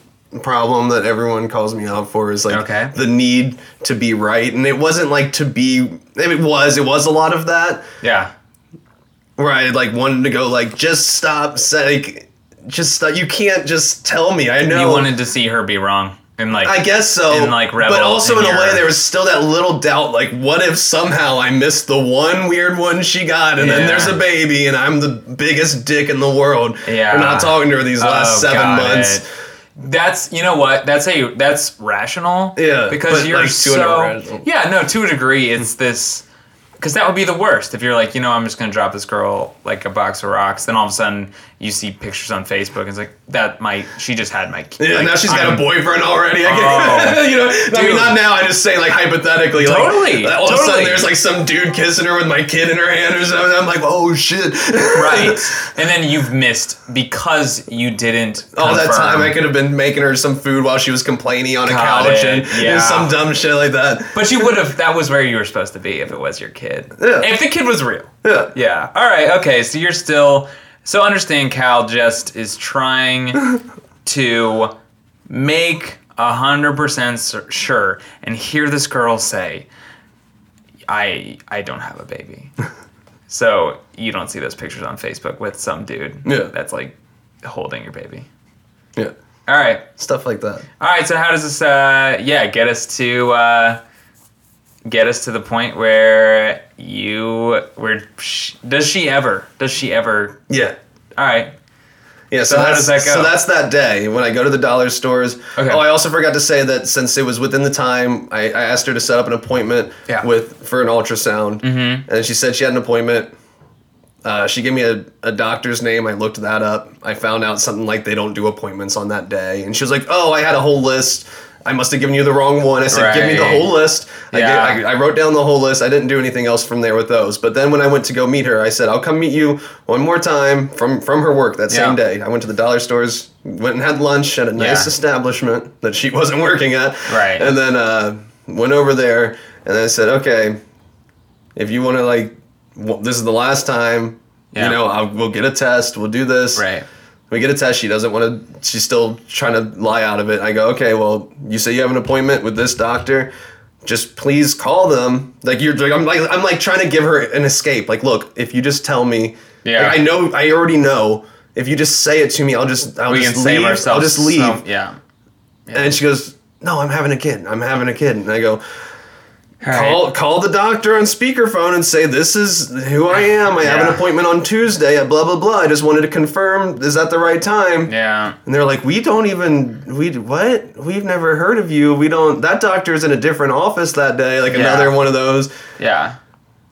S3: problem that everyone calls me out for is like
S2: Okay.
S3: the need to be right, and it wasn't like to be. It was it was a lot of that
S2: Yeah.
S3: where I like wanted to go like just stop, say, like just stop. You can't just tell me. I know
S2: You wanted to see her be wrong, and like
S3: I guess so.
S2: And, like, rebel
S3: but also
S2: in
S3: in a
S2: your-
S3: way, there was still that little doubt. Like, what if somehow I missed the one weird one she got, and
S2: Yeah.
S3: then there's a baby, and I'm the biggest dick in the world
S2: Yeah.
S3: for not talking to her these last
S2: Oh,
S3: seven
S2: got
S3: months.
S2: it. That's you know what that's a that's rational.
S3: Yeah,
S2: because
S3: but,
S2: you're
S3: like, to an
S2: so
S3: irrational-
S2: yeah no to a degree it's this because that would be the worst if you're like you know I'm just gonna drop this girl like a box of rocks then all of a sudden you see pictures on Facebook and it's like that might she just had my
S3: [LAUGHS]
S2: kid.
S3: Yeah,
S2: like,
S3: now she's got a
S2: I'm-
S3: boyfriend already. I can,
S2: Oh.
S3: [LAUGHS] you know, I
S2: Dude.
S3: mean, not now. I just say like hypothetically, like,
S2: Totally,
S3: all of a sudden,
S2: totally.
S3: there's like some dude kissing her with my kid in her hand or something. I'm like, oh shit! [LAUGHS]
S2: right and then you've missed because you didn't
S3: all that
S2: confirm.
S3: time I could have been making her some food while she was complaining on a
S2: Got
S3: couch
S2: it,
S3: and, and
S2: yeah.
S3: some dumb shit like that.
S2: But you would have. That was where you were supposed to be if it was your kid.
S3: Yeah.
S2: If the kid was real.
S3: Yeah.
S2: Yeah. All right. Okay. So you're still. So understand, Cal just is trying to make a hundred percent sur- sure and hear this girl say, "I I don't have a baby." so you don't see those pictures on Facebook with some dude
S3: Yeah.
S2: that's like holding your baby.
S3: Yeah,
S2: All right.
S3: stuff like that.
S2: All right, so how does this, uh, yeah, get us to, uh, get us to the point where you, where, sh- does she ever, does she ever,
S3: Yeah.
S2: all right,
S3: Yeah,
S2: So
S3: so,
S2: how
S3: that's,
S2: does that go?
S3: So that's that day when I go to the dollar stores.
S2: Okay.
S3: Oh, I also forgot to say that since it was within the time, I, I asked her to set up an appointment
S2: Yeah.
S3: with for an ultrasound, mm-hmm. and she said she had an appointment. Uh, she gave me a, a doctor's name. I looked that up. I found out something like they don't do appointments on that day, and she was like, "Oh, I had a whole list. I must have given you the wrong one." I said, "Give me the
S2: Right.
S3: whole list." I,
S2: Yeah.
S3: ga- I, I wrote down the whole list. I didn't do anything else from there with those. But then when I went to go meet her, I said, "I'll come meet you one more time from from her work that same
S2: Yeah.
S3: day." I went to the dollar stores, went and had lunch at a nice
S2: Yeah.
S3: establishment that she [LAUGHS] wasn't working at.
S2: Right.
S3: And then uh, went over there, and then I said, "Okay, if you want to like, w- this is the last time.
S2: Yeah.
S3: You know, I'll, we'll get a test. We'll do this.
S2: right,
S3: We get a test. She doesn't want to. She's still trying to lie out of it. I go, okay. Well, you say you have an appointment with this doctor. Just please call them. Like you're. Like, I'm like. I'm like trying to give her an escape. Like, look, if you just tell me.
S2: Yeah.
S3: like, I know. I already know. If you just say it to me, I'll just. I'll
S2: we
S3: just
S2: can
S3: leave.
S2: save ourselves.
S3: I'll just leave.
S2: some- yeah.
S3: And she goes, no, I'm having a kid. I'm having a kid. And I go,
S2: All right.
S3: call call the doctor on speakerphone and say this is who I am. I have
S2: Yeah.
S3: an appointment on Tuesday at blah blah blah. I just wanted to confirm is that the right time?
S2: Yeah.
S3: And they're like, we don't even we what we've never heard of you. We don't that doctor's in a different office that day. Like
S2: Yeah.
S3: another one of those,
S2: Yeah.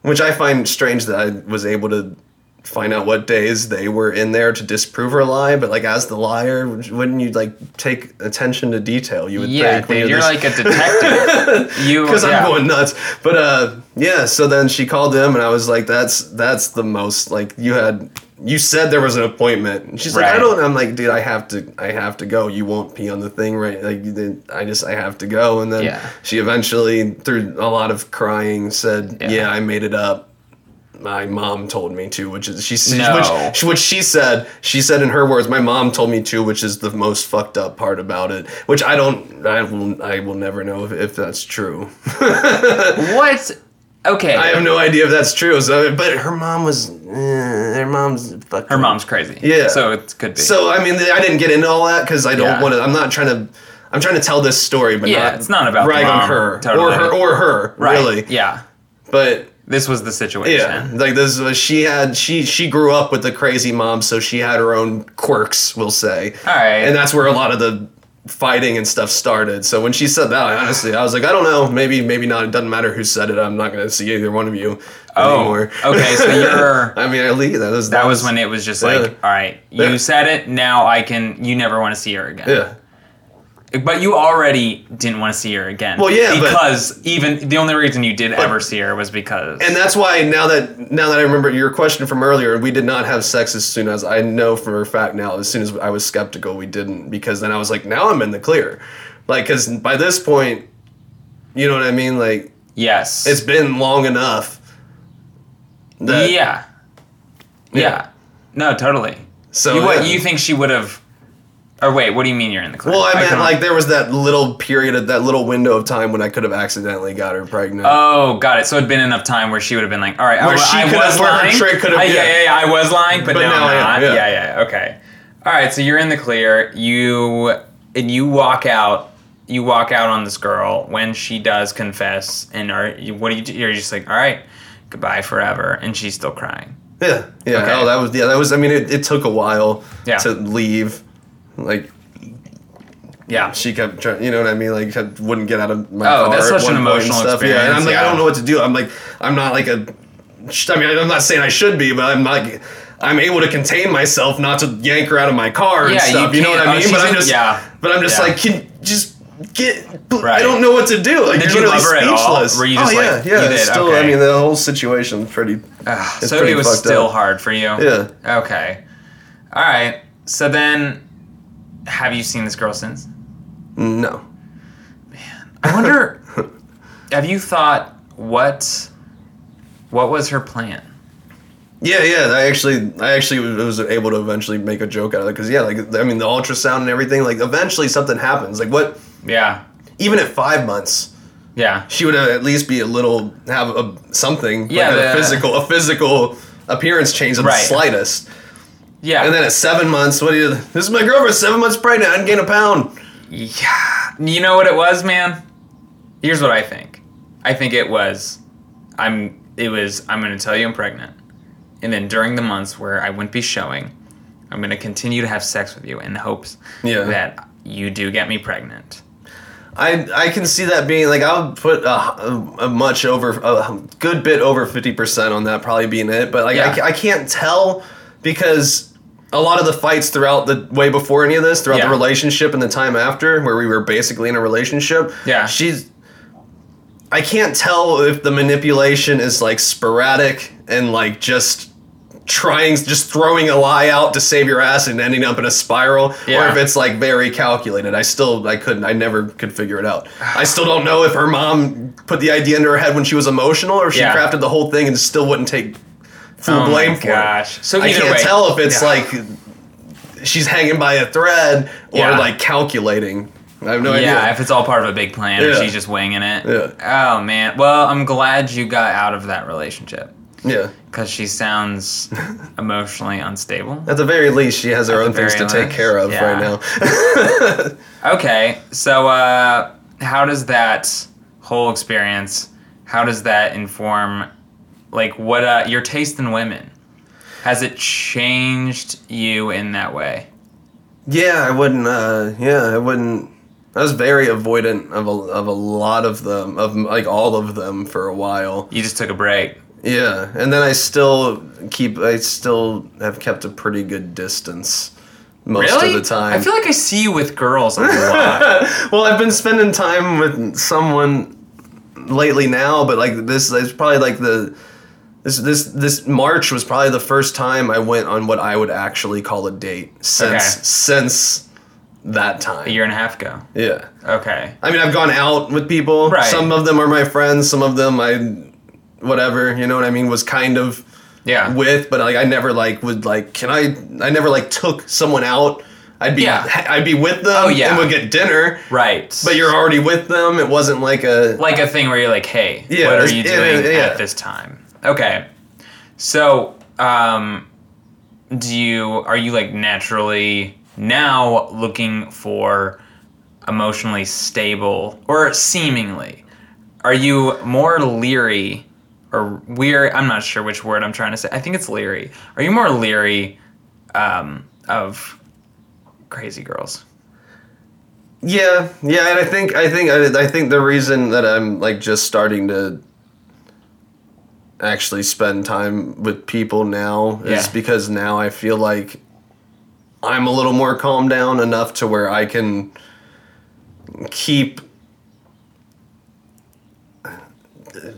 S3: which I find strange that I was able to find out what days they were in there to disprove her lie. But like as the liar, wouldn't you like take attention to detail? You would
S2: Yeah,
S3: think when
S2: dude, you're
S3: this-
S2: like [LAUGHS] a detective. you,
S3: because
S2: yeah.
S3: I'm going nuts. But uh, yeah. So then she called them, and I was like, "That's that's the most like you had. You said there was an appointment." And she's like, "I
S2: Right.
S3: don't." I'm like, "Dude, I have to. I have to go. You won't pee on the thing, right? Like, you did, I just I have to go." And then
S2: Yeah.
S3: she eventually, through a lot of crying, said,
S2: Yeah.
S3: "Yeah, I made it up." My mom told me to, which is she,
S2: No.
S3: which, which she said. She said in her words, "My mom told me to," which is the most fucked up part about it. Which I don't, I will, I will never know if, if that's true.
S2: What? Okay.
S3: I have no idea if that's true. So, but her mom was eh, her mom's fucking.
S2: Her mom's crazy.
S3: Yeah.
S2: So it could be.
S3: So I mean, I didn't get into all that because I don't
S2: Yeah.
S3: want to. I'm not trying to. I'm trying to tell this story, but
S2: Yeah,
S3: not
S2: it's not about the
S3: rag on
S2: mom,
S3: her
S2: totally.
S3: or her or her
S2: right.
S3: really.
S2: Yeah.
S3: But
S2: This was the situation.
S3: yeah, like this was she had she she grew up with the crazy mom, so she had her own quirks, we'll say.
S2: All right.
S3: and that's where a lot of the fighting and stuff started. So when she said that, I honestly, I was like, I don't know, maybe maybe not. It doesn't matter who said it. I'm not going to see either one of you
S2: oh.
S3: anymore.
S2: Okay.
S3: [LAUGHS]
S2: So you're.
S3: I mean, at least that was
S2: That was when it was just like,
S3: Yeah.
S2: all right, you
S3: Yeah.
S2: said it. Now I can. You never want to see her again.
S3: yeah.
S2: But you already didn't want to see her again.
S3: Well, yeah, but-
S2: Because even the only reason you did ever see her was because.
S3: And that's why now that now that I remember your question from earlier, we did not have sex as soon as I know for a fact now. As soon as I was skeptical, we didn't because then I was like, now I'm in the clear, like because by this point, you know what I mean. Like
S2: yes.
S3: it's been long enough. That,
S2: yeah. yeah. No, totally.
S3: So
S2: you,
S3: yeah.
S2: what, you think she would have? Or wait, what do you mean you're in the clear?
S3: Well, I meant
S2: couldn't-
S3: like there was that little period of that little window of time when I could have accidentally got her pregnant.
S2: Oh, got it. So it'd been enough time where she would have been like, all right,
S3: Where
S2: I,
S3: she
S2: I
S3: could've-
S2: was
S3: where her
S2: lying.
S3: trick could've-
S2: I, yeah,
S3: yeah.
S2: yeah, yeah, I was lying, but,
S3: But
S2: now,
S3: now I am,
S2: I'm not.
S3: yeah.
S2: Yeah. yeah, okay. All right, so you're in the clear. You and you walk out. You walk out on this girl when she does confess, and are you, what do you? do? You're just like, all right, goodbye forever, and she's still crying.
S3: yeah, yeah.
S2: okay.
S3: Oh, that was yeah. That was. I mean, it, it took a while
S2: Yeah.
S3: to leave. Like
S2: Yeah,
S3: she kept trying, you know what I mean? Like kept, wouldn't get out of my
S2: Oh,
S3: car.
S2: that's
S3: at
S2: such
S3: one
S2: an
S3: point and
S2: emotional
S3: Yeah, and I'm like,
S2: experience,
S3: I don't
S2: yeah.
S3: know what to do. I'm like, I'm not like a. sh- I mean, I'm not saying I should be, but I'm like, I'm able to contain myself not to yank her out of my car and
S2: Yeah, you
S3: stuff. You, know what
S2: can't-
S3: I
S2: oh,
S3: mean?
S2: she's
S3: but I'm
S2: in-
S3: just,
S2: yeah.
S3: but I'm just
S2: Yeah.
S3: like, can just get. I
S2: Right.
S3: don't know what to do. Like,
S2: Did
S3: you're
S2: you
S3: literally
S2: love her at all?
S3: speechless.
S2: Were you
S3: oh
S2: just
S3: yeah,
S2: like-
S3: yeah.
S2: you did,
S3: it's still, I
S2: okay. Ah,
S3: mean, the whole situation's pretty. it's
S2: so
S3: pretty
S2: it was
S3: fucked
S2: still
S3: up.
S2: hard for you.
S3: Yeah.
S2: Okay. All right. So then, have you seen this girl since?
S3: No.
S2: I [LAUGHS] wonder. have you thought what? What was her plan?
S3: Yeah, yeah. I actually, I actually was was able to eventually make a joke out of it because yeah, like I mean, the ultrasound and everything. Like, eventually something happens. Like, what?
S2: Yeah.
S3: Even at five months,
S2: Yeah.
S3: she would uh, at least be a little have a something.
S2: Yeah,
S3: like a
S2: the-
S3: physical, a physical appearance change in the
S2: Right.
S3: slightest.
S2: Yeah.
S3: And then at seven months, what do you? This is my girlfriend, seven months pregnant. I didn't gain a pound.
S2: yeah. You know what it was, man? Here's what I think. I think it was I'm it was I'm gonna tell you I'm pregnant. And then during the months where I wouldn't be showing, I'm gonna continue to have sex with you in the hopes
S3: Yeah.
S2: that you do get me pregnant.
S3: I I can see that being like I'll put a, a, a much over a good bit over fifty percent on that probably being it, but like I
S2: Yeah.
S3: ca- I, can't tell because a lot of the fights throughout the way before any of this throughout the
S2: Yeah.
S3: relationship and the time after where we were basically in a relationship.
S2: Yeah.
S3: she's. I can't tell if the manipulation is like sporadic and like just trying just throwing a lie out to save your ass and ending up in a spiral or
S2: Yeah.
S3: if it's like very calculated i still i couldn't i never could figure it out i still don't know if her mom put the idea into her head when she was emotional or if she
S2: Yeah.
S3: crafted the whole thing and still wouldn't take full
S2: Oh my
S3: blame for
S2: gosh.
S3: it
S2: So
S3: i
S2: either
S3: can't
S2: way-
S3: tell if it's
S2: Yeah.
S3: like she's hanging by a thread or
S2: Yeah.
S3: like calculating i have no
S2: Yeah, if
S3: idea
S2: it's all part of a big plan
S3: Yeah.
S2: and she's just winging it.
S3: Yeah.
S2: Oh man. Well, I'm glad you got out of that relationship
S3: yeah
S2: because she
S3: [LAUGHS]
S2: sounds emotionally unstable.
S3: at the very least she has her own
S2: the
S3: things to
S2: very
S3: take
S2: least,
S3: care of
S2: yeah.
S3: right now [LAUGHS]
S2: Okay, so uh, how does that whole experience? How does that inform, like, what uh, your taste in women? Has it changed you in that way?
S3: Yeah, I wouldn't. Uh, yeah, I wouldn't. I was very avoidant of a, of a lot of them, of like all of them for a while.
S2: You just took a break.
S3: Yeah, and then I still keep. I still have kept a pretty good distance most of the time.
S2: I feel like I see you with girls a lot.
S3: well, I've been spending time with someone lately now, but like this is probably like the. This, this this March was probably the first time I went on what I would actually call a date since
S2: Okay.
S3: since that
S2: a
S3: time.
S2: year and a half ago.
S3: [LAUGHS] Yeah.
S2: Okay.
S3: I mean, I've gone out with people.
S2: Right.
S3: Some of them are my friends. Some of them I, whatever. You know what I mean? Was kind of
S2: Yeah.
S3: with, but like I never like would like. Can I? I never like took someone out. I'd be
S2: Yeah.
S3: I'd be with them.
S2: Oh, yeah.
S3: And would get dinner.
S2: right.
S3: But you're already with them. It wasn't like a.
S2: like a thing where you're like, hey,
S3: Yeah,
S2: what are
S3: it's-
S2: you
S3: yeah,
S2: doing
S3: yeah, yeah.
S2: at this time? Okay. So um, do you are you like naturally now looking for emotionally stable or seemingly are you more leery or weary i'm not sure which word i'm trying to say i think it's leery are you more leery um, of crazy girls
S3: Yeah, yeah, and I think I think I, I think the reason that I'm like just starting to actually spend time with people now is
S2: Yeah.
S3: because now I feel like I'm a little more calmed down enough to where I can keep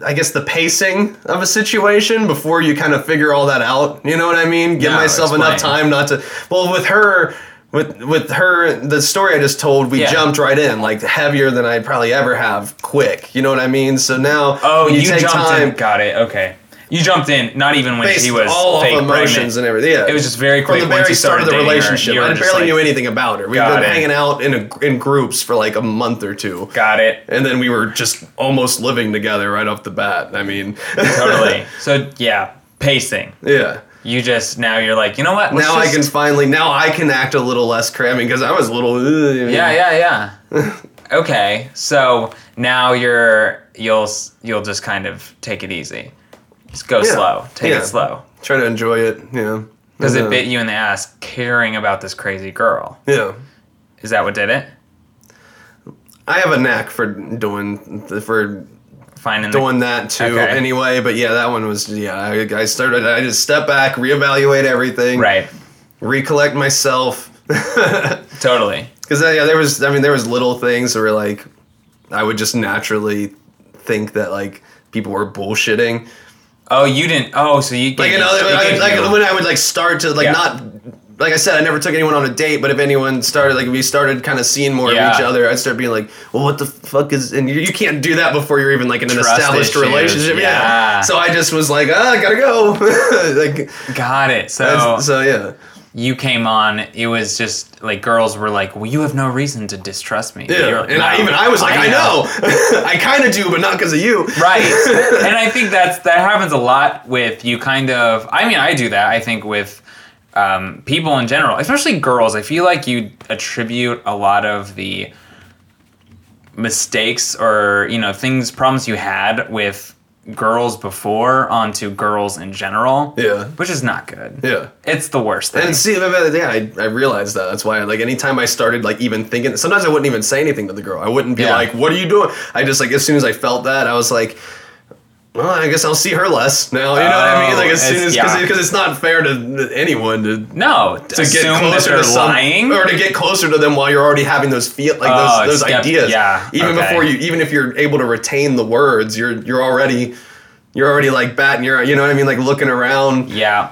S3: I guess the pacing of a situation before you kind of figure all that out. You know what I mean? Give
S2: No,
S3: myself enough
S2: explain.
S3: time not to. Well, with her, with with her, the story I just told, we
S2: Yeah.
S3: jumped right in like heavier than I'd probably ever have. Quick, you know what I mean? So now,
S2: oh you, jumped in got it okay you jumped in not even when
S3: based
S2: she was
S3: all
S2: fake
S3: off emotions
S2: pregnant.
S3: and everything. Yeah,
S2: It was just very quick
S3: From the
S2: once
S3: very
S2: you started
S3: start of the
S2: dating her,
S3: relationship,
S2: you were
S3: I
S2: just
S3: barely
S2: like-
S3: knew anything about her. We've
S2: Got
S3: been
S2: it.
S3: hanging out in a, in groups for like a month or two.
S2: got it
S3: and then we were just almost living together right off the bat. I mean,
S2: totally so yeah pacing
S3: [LAUGHS] yeah.
S2: You just now you're like, you know what? let's
S3: now I
S2: just-
S3: can finally now I can act a little less cramming because I was a little "Ugh,"
S2: [LAUGHS] Yeah, yeah, yeah.
S3: [LAUGHS]
S2: okay, so now you're you'll s- you'll just kind of take it easy. Just go
S3: Yeah,
S2: slow. Take
S3: yeah. Uh-huh.
S2: it slow
S3: trying to enjoy it. Yeah,
S2: because
S3: Yeah.
S2: it bit you in the ass caring about this crazy girl.
S3: Yeah,
S2: Is that what did it?
S3: I have a knack for doing for
S2: Finding the
S3: doing that too.
S2: Okay.
S3: Anyway, but yeah, that one was yeah. I, I started. I just step back, reevaluate everything,
S2: right.
S3: recollect myself. [LAUGHS]
S2: Totally.
S3: Because yeah, there was I mean there was little things where like I would just naturally think that like people were bullshitting.
S2: Oh, you didn't. Oh, so you
S3: like
S2: gave-
S3: you know,
S2: it
S3: like,
S2: gave
S3: like,
S2: you-
S3: when I would like start to like
S2: Yeah.
S3: not. Like I said, I never took anyone on a date, but if anyone started, like, if we started kind of seeing more
S2: Yeah.
S3: of each other, I'd start being like, "Well, what the fuck is?" And you, you can't do that before you're even like in an
S2: Trust
S3: established
S2: issues,
S3: relationship. Yeah.
S2: yeah.
S3: So I just was like, "Ah, I gotta go." [LAUGHS] like,
S2: got it. So
S3: that's- so yeah,
S2: you came on. It was just like girls were like, "Well, you have no reason to distrust me."
S3: yeah.
S2: You were like,
S3: and I
S2: "No,
S3: even I was like, "I know, [LAUGHS] I kind of do, but not because of you." [LAUGHS]
S2: right and i think that's that happens a lot with you kind of i mean i do that i think with um, people in general especially girls i feel like you attribute a lot of the mistakes or you know things problems you had with girls before onto girls in general
S3: Yeah.
S2: which is not good
S3: Yeah.
S2: it's the worst thing
S3: And see, but- but, yeah, I, I realized that. That's why, like, anytime I started, like, even thinking, sometimes I wouldn't even say anything to the girl. I wouldn't be
S2: Yeah.
S3: like, "What are you doing?" I just like, as soon as I felt that, I was like, "Well, I guess I'll see her less now." You know what I mean?
S2: Oh,
S3: Like, as soon
S2: it's-
S3: as because
S2: yeah.
S3: it's not fair to anyone to
S2: no
S3: to get
S2: assume that
S3: closer
S2: they're
S3: to some,
S2: lying
S3: or to get closer to them while you're already having those feel like
S2: Oh,
S3: those, those
S2: step-
S3: ideas.
S2: yeah,
S3: Even
S2: okay.
S3: before you, even if you're able to retain the words, you're you're already you're already like batting your you know what I mean? Like looking around.
S2: Yeah.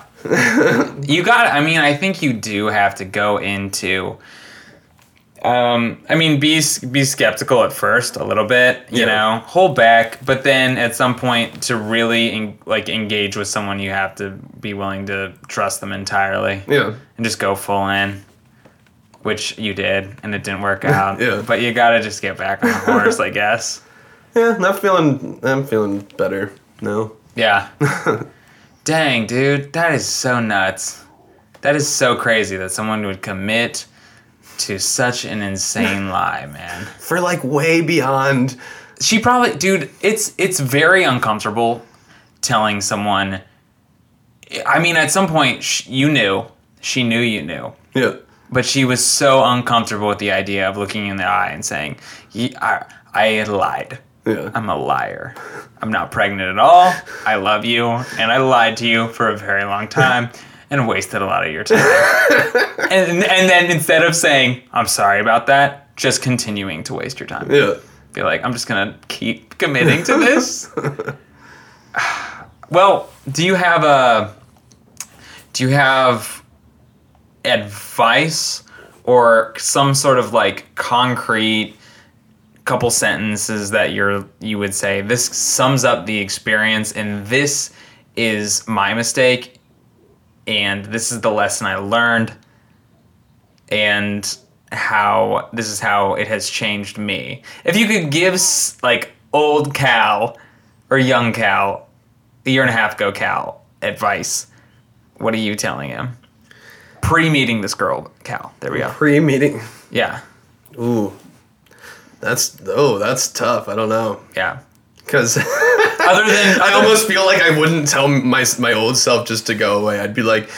S2: you got I mean, I think you do have to go into um I mean be s- be skeptical at first a little bit, you
S3: Yeah.
S2: know. Hold back, but then at some point to really en- like engage with someone you have to be willing to trust them entirely
S3: Yeah.
S2: and just go full in. Which you did, and it didn't work
S3: [LAUGHS]
S2: out.
S3: Yeah.
S2: But you gotta just get back on the horse, I guess.
S3: Yeah, I'm feeling. I'm feeling better. No.
S2: Yeah. Dang, dude, that is so nuts. That is so crazy that someone would commit to such an insane lie, man.
S3: For like way beyond.
S2: She probably, dude, it's it's very uncomfortable telling someone. I mean, at some point, sh- you knew, she knew you knew,
S3: Yeah.
S2: but she was so uncomfortable with the idea of looking you in the eye and saying, "Ye- I, I lied.
S3: Yeah.
S2: I'm a liar. I'm not pregnant at all. I love you, and I lied to you for a very long time and wasted a lot of your time. and, and then instead of saying, I'm sorry about that, just continuing to waste your time.
S3: yeah.
S2: Be like, I'm just going to keep committing to this. well, do you have a. Do you have advice or some sort of like concrete couple sentences that you're you would say this sums up the experience and this is my mistake and this is the lesson I learned and how this is how it has changed me. If you could give s- like old Cal or young Cal, a year and a half ago Cal advice, What are you telling him? Pre meeting this girl, Cal. There we go.
S3: Pre meeting.
S2: Yeah.
S3: Ooh. That's oh, that's tough. I don't know.
S2: Yeah.
S3: [LAUGHS] Cuz
S2: Other than
S3: I almost feel like I wouldn't tell my my old self just to go away. I'd be like,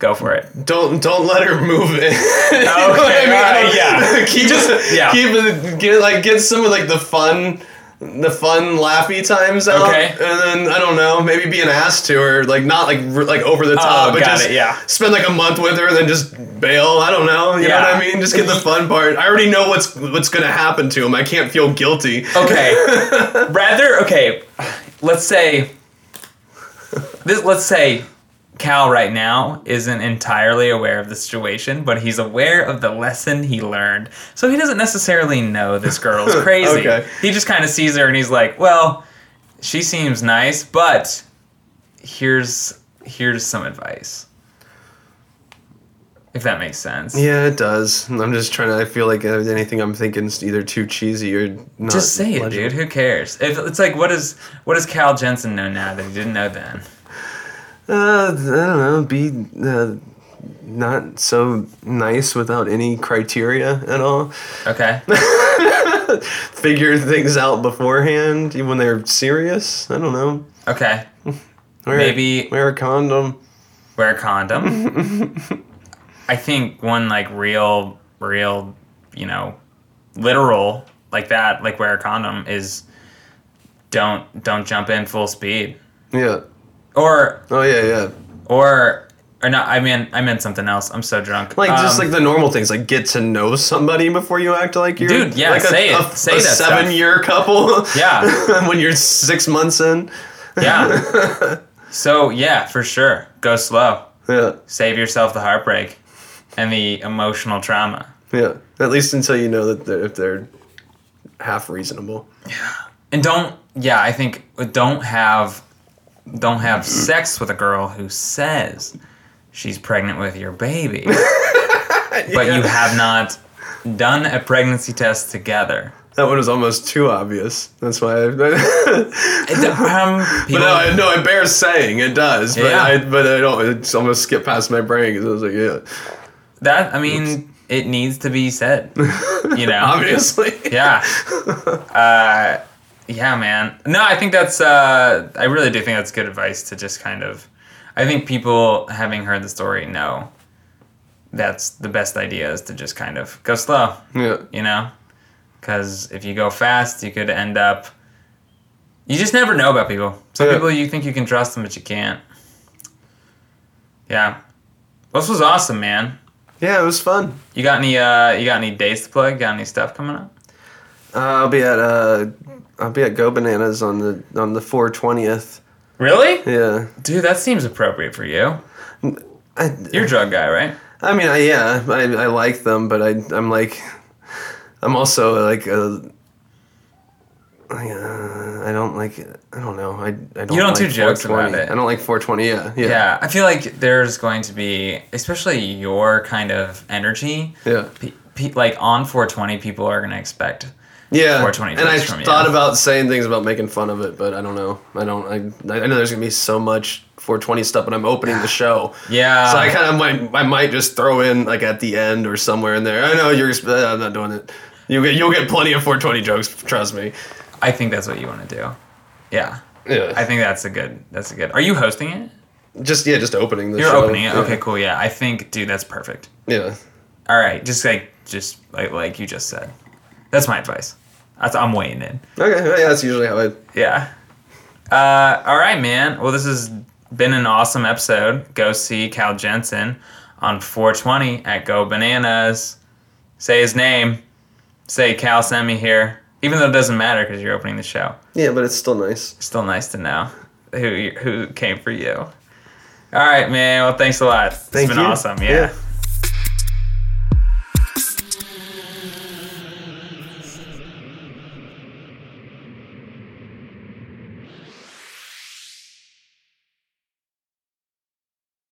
S2: go for it.
S3: "Don't don't let her move it." [LAUGHS] You know
S2: Okay,
S3: what I mean? I
S2: alright,
S3: don't- [LAUGHS] keep just
S2: yeah.
S3: keep it- get like get some of like the fun the fun laughy times out
S2: Okay.
S3: and then I don't know, maybe be an ass to her, like not like r- like over the top, but
S2: Oh, got
S3: just
S2: it, yeah.
S3: spend like a month with her and then just bail. I don't know. You know
S2: Yeah.
S3: what I mean? Just get the fun part. I already know what's what's going to happen to him. I can't feel guilty. [LAUGHS]
S2: Okay. Rather okay, let's say this let's say Cal right now isn't entirely aware of the situation, but he's aware of the lesson he learned. So he doesn't necessarily know this
S3: [LAUGHS]
S2: girl's crazy.
S3: Okay.
S2: He just kind of sees her and he's like, "Well, she seems nice, but here's here's some advice." If that makes sense.
S3: Yeah, it does. I'm just trying to. I feel like uh, anything I'm thinking is either too cheesy or not.
S2: Just say it,
S3: legible.
S2: dude. Who cares? If it's like, what does what does Cal Jensen know now that he didn't know then?
S3: Uh, I don't know. Be uh, not so nice without any criteria at all. [LAUGHS]
S2: Okay.
S3: Figure things out beforehand even when they're serious. I don't know.
S2: Okay.
S3: Wear,
S2: Maybe-
S3: wear a condom.
S2: Wear a condom.
S3: [LAUGHS]
S2: I think one like real, real, you know, literal like that, like wear a condom is don't don't jump in full speed
S3: Yeah.
S2: or
S3: Oh yeah, yeah.
S2: or or not. I mean, I meant something else. I'm so drunk.
S3: Like just
S2: Um,
S3: like the normal things, like get to know somebody before you act like you're
S2: Dude, yeah,
S3: like
S2: say it. Say that stuff.
S3: seven year couple.
S2: yeah.
S3: [LAUGHS] when you're six months in.
S2: Yeah.
S3: [LAUGHS]
S2: so yeah, for sure. Go slow.
S3: Yeah.
S2: Save yourself the heartbreak and the emotional trauma.
S3: Yeah, at least until you know that they're, if they're half reasonable.
S2: And don't yeah, I think don't have don't
S3: [CLEARS THROAT]
S2: have sex with a girl who says she's pregnant with your
S3: [LAUGHS]
S2: baby. But you have not done a pregnancy test together.
S3: That one was almost too obvious. That's why. I, [LAUGHS] but [LAUGHS]
S2: Um, people-
S3: no, I, no, it bears saying it does. But
S2: Yeah.
S3: I, but I don't. It's almost skipped past my brain 'cause I was like, yeah,
S2: that I mean, it needs to be said. You
S3: [LAUGHS]
S2: know.
S3: obviously.
S2: [LAUGHS] yeah uh, yeah man no i think that's uh, i really do think that's good advice to just kind of i think people having heard the story know that's the best idea is to just kind of go slow
S3: Yeah.
S2: you know because if you go fast you could end up you just never know about people some
S3: Yeah.
S2: people you think you can trust them but you can't yeah this was awesome man
S3: Yeah, it was fun.
S2: you got any uh you got any dates to plug got any stuff coming up
S3: Uh, I'll be at uh, I'll be at Go Bananas on the on the four twentieth.
S2: really
S3: Yeah.
S2: Dude, that seems appropriate for you.
S3: I,
S2: You're a drug guy, right?
S3: I mean, I, yeah, I, I like them, but I, I'm like, I'm also like a. I, uh, I don't like. I don't know. I, I don't.
S2: You don't
S3: like
S2: do jokes about
S3: 420.
S2: it.
S3: I don't like 420. Yeah, yeah,
S2: Yeah, I feel like there's going to be, especially your kind of energy,
S3: yeah,
S2: pe- pe- like on 420, people are going to expect.
S3: yeah.
S2: 420
S3: And I
S2: jokes from you.
S3: thought about saying things about making fun of it, but I don't know. I don't. I, I know there's gonna be so much 420 stuff, but I'm opening the show.
S2: Yeah.
S3: So I kind of might, I might just throw in like at the end or somewhere in there. I know you're. Uh, I'm not doing it. You'll get, you'll get plenty of 420 jokes. Trust me.
S2: I think that's what you want to do. Yeah.
S3: Yeah.
S2: I think that's a good, that's a good. Are you hosting it?
S3: Just yeah, just opening the
S2: You're
S3: show.
S2: opening it?
S3: Yeah.
S2: Okay, cool. Yeah. I think, dude, that's perfect.
S3: Yeah.
S2: All right. Just like, just like, like you just said. That's my advice. That's, I'm weighing in.
S3: Okay. well, Yeah, that's usually how I.
S2: Yeah. Uh, all right, man. Well, this has been an awesome episode. Go see Cal Jensen on 420 at Go Bananas. Say his name. Say Cal sent me here. Even though it doesn't matter because you're opening the show.
S3: Yeah, but it's still nice.
S2: It's still nice to know who who came for you. All right, man. Well, thanks a lot.
S3: Thank
S2: it's been
S3: you.
S2: awesome.
S3: Yeah.
S2: yeah.